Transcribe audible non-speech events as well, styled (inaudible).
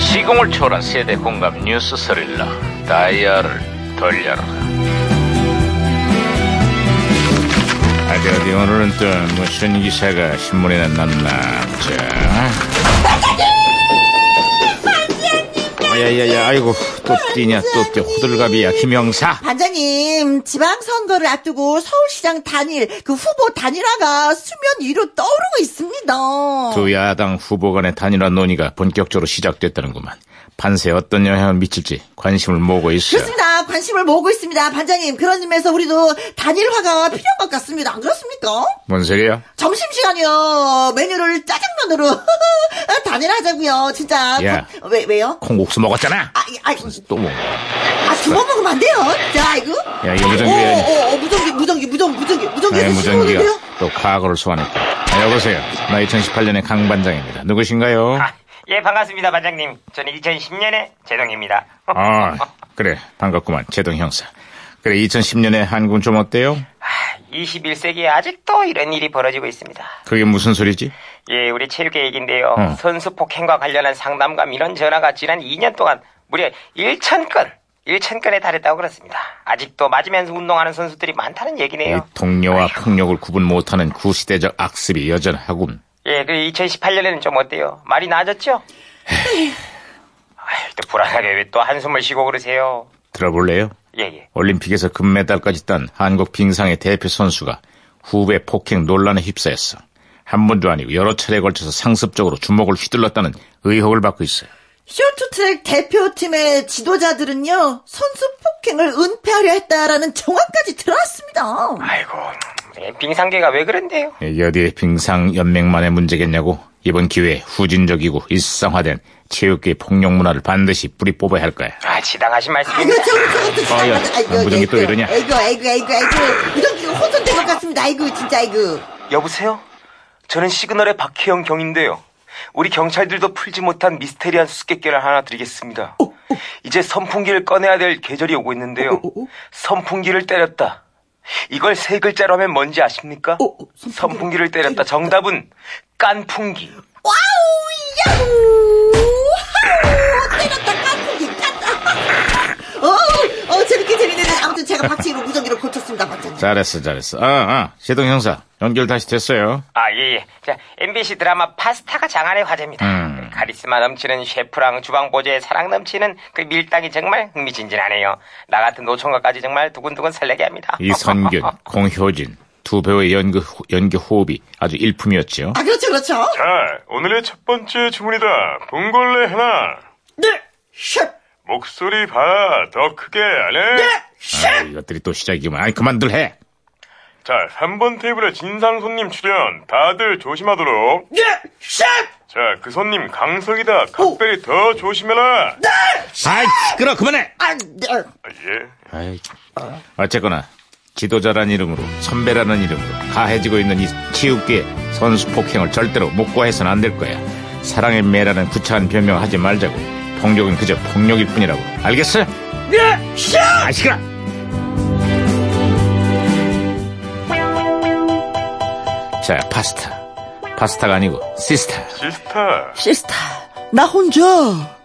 시공을 초월한 세대 공감 뉴스 스릴러 다이얼을 돌려라 어디 어디 오늘은 또 무슨 기사가 신문에 났나 자 야야야 아이고 또 뛰냐 또뛰 호들갑이야 김영사 반장님, 지방선거를 앞두고 서울시장 단일, 그 후보 단일화가 수면 위로 떠오르고 있습니다. 두 야당 후보 간의 단일화 논의가 본격적으로 시작됐다는구만 판세에 어떤 영향을 미칠지 관심을 모으고 있어 그렇습니다. 관심을 모으고 있습니다. 반장님, 그런 점에서 우리도 단일화가 필요한 것 같습니다. 안 그렇습니까? 뭔 소리야? 점심시간이요. 메뉴를 짜장면으로 (laughs) 단일화하자고요. 진짜. 야. 어, 왜, 왜요? 콩국수 먹었잖아 아, 아, 또 뭐. 먹어 아, 두 번 먹으면 안 돼요. 자, 이거. 야, 네. 예, 이거 무전기야. 오, 오, 오, 어, 무전기, 무전기, 무전기, 무전기, 무전기. 나의 네, 무전기가 또 과거를 소환했다. 아, 여보세요. 나 2018년의 강반장입니다. 누구신가요? 아, 예, 반갑습니다, 반장님. 저는 2010년에 제동입니다. 어, 아, 그래. 반갑구만. 제동 형사. 그래, 2010년에 한국은 좀 어때요? 21세기에 아, 아직도 이런 일이 벌어지고 있습니다. 그게 무슨 소리지? 예, 우리 체육회 얘기인데요. 어. 선수 폭행과 관련한 상담과 민원 전화가 지난 2년 동안 무려 1,000건, 1,000건에 달했다고 그렇습니다. 아직도 맞으면서 운동하는 선수들이 많다는 이 얘기네요. 동료와 폭력을 구분 못하는 구시대적 악습이 여전하군. 예, 그 2018년에는 좀 어때요? 말이 나아졌죠? 아유, 또 불안하게 왜 또 한숨을 쉬고 그러세요? 들어볼래요? 예, 예. 올림픽에서 금메달까지 딴 한국 빙상의 대표 선수가 후배 폭행 논란에 휩싸였어. 한 번도 아니고 여러 차례에 걸쳐서 상습적으로 주먹을 휘둘렀다는 의혹을 받고 있어요. 쇼트트랙 대표팀의 지도자들은요 선수 폭행을 은폐하려 했다라는 정황까지 들어왔습니다. 아이고, 예, 빙상계가 왜 그런데요? 예, 이게 어디 빙상 연맹만의 문제겠냐고 이번 기회에 후진적이고 일상화된 체육계 폭력 문화를 반드시 뿌리 뽑아야 할 거야. 아, 지당하신 아이고 말씀입니다. 저것도 아, 야, 무전기 또 이러냐? 아이고 아이고 아이고 아이고 무전기가 혼선된 것 같습니다. 아이고 진짜 아이고. 여보세요? 저는 시그널의 박혜영 경인데요. 우리 경찰들도 풀지 못한 미스테리한 수수께끼를 하나 드리겠습니다. 어, 이제 선풍기를 꺼내야 될 계절이 오고 있는데요. 어, 선풍기를 때렸다. 이걸 세 글자로 하면 뭔지 아십니까? 어, 어, 선풍기를 네. 선풍기를 때렸다. 정답은 깐풍기. 와우 야우 하우 때렸다 깐풍기 깐다. 어어 재밌게 재밌는데 아무튼 제가 박치기로 무전기를 고쳤습니다 박장님. 잘했어, 잘했어. 아, 아, 제동 형사 연결 다시 됐어요. 아, 예, 예. 자, MBC 드라마 파스타가 장안의 화제입니다. 그 음. 카리스마 넘치는 셰프랑 주방보조의 사랑 넘치는 그 밀당이 정말 흥미진진하네요. 나 같은 노총각까지 정말 두근두근 설레게 합니다. (laughs) 이선균, 공효진 두 배우의 연기, 호- 연기 호흡이 아주 일품이었지요. 아 그렇죠 그렇죠. 자, 오늘의 첫 번째 주문이다. 봉골레 하나. 네셰 목소리 봐. 더 크게 안 해. 네! 아, 이것들이 또 시작이구만. 아니 그만들 해. 자, 3번 테이블에 진상 손님 출연. 다들 조심하도록. 셰 자, 그 손님 강석이다. 각별히 더 조심해라. 아이, 시끄러 그만해. 아, 네. 아, 예. 아이, 어쨌거나 지도자란 이름으로 선배라는 이름으로 가해지고 있는 이 치우기의 선수 폭행을 절대로 묵과해서는 안 될 거야. 사랑의 매라는 구차한 변명하지 말자고. 폭력은 그저 폭력일 뿐이라고. 알겠어? 아, 시끄러. 자, 파스타. 파스타가 아니고 시스타. 시스타. 시스타, 나 혼자.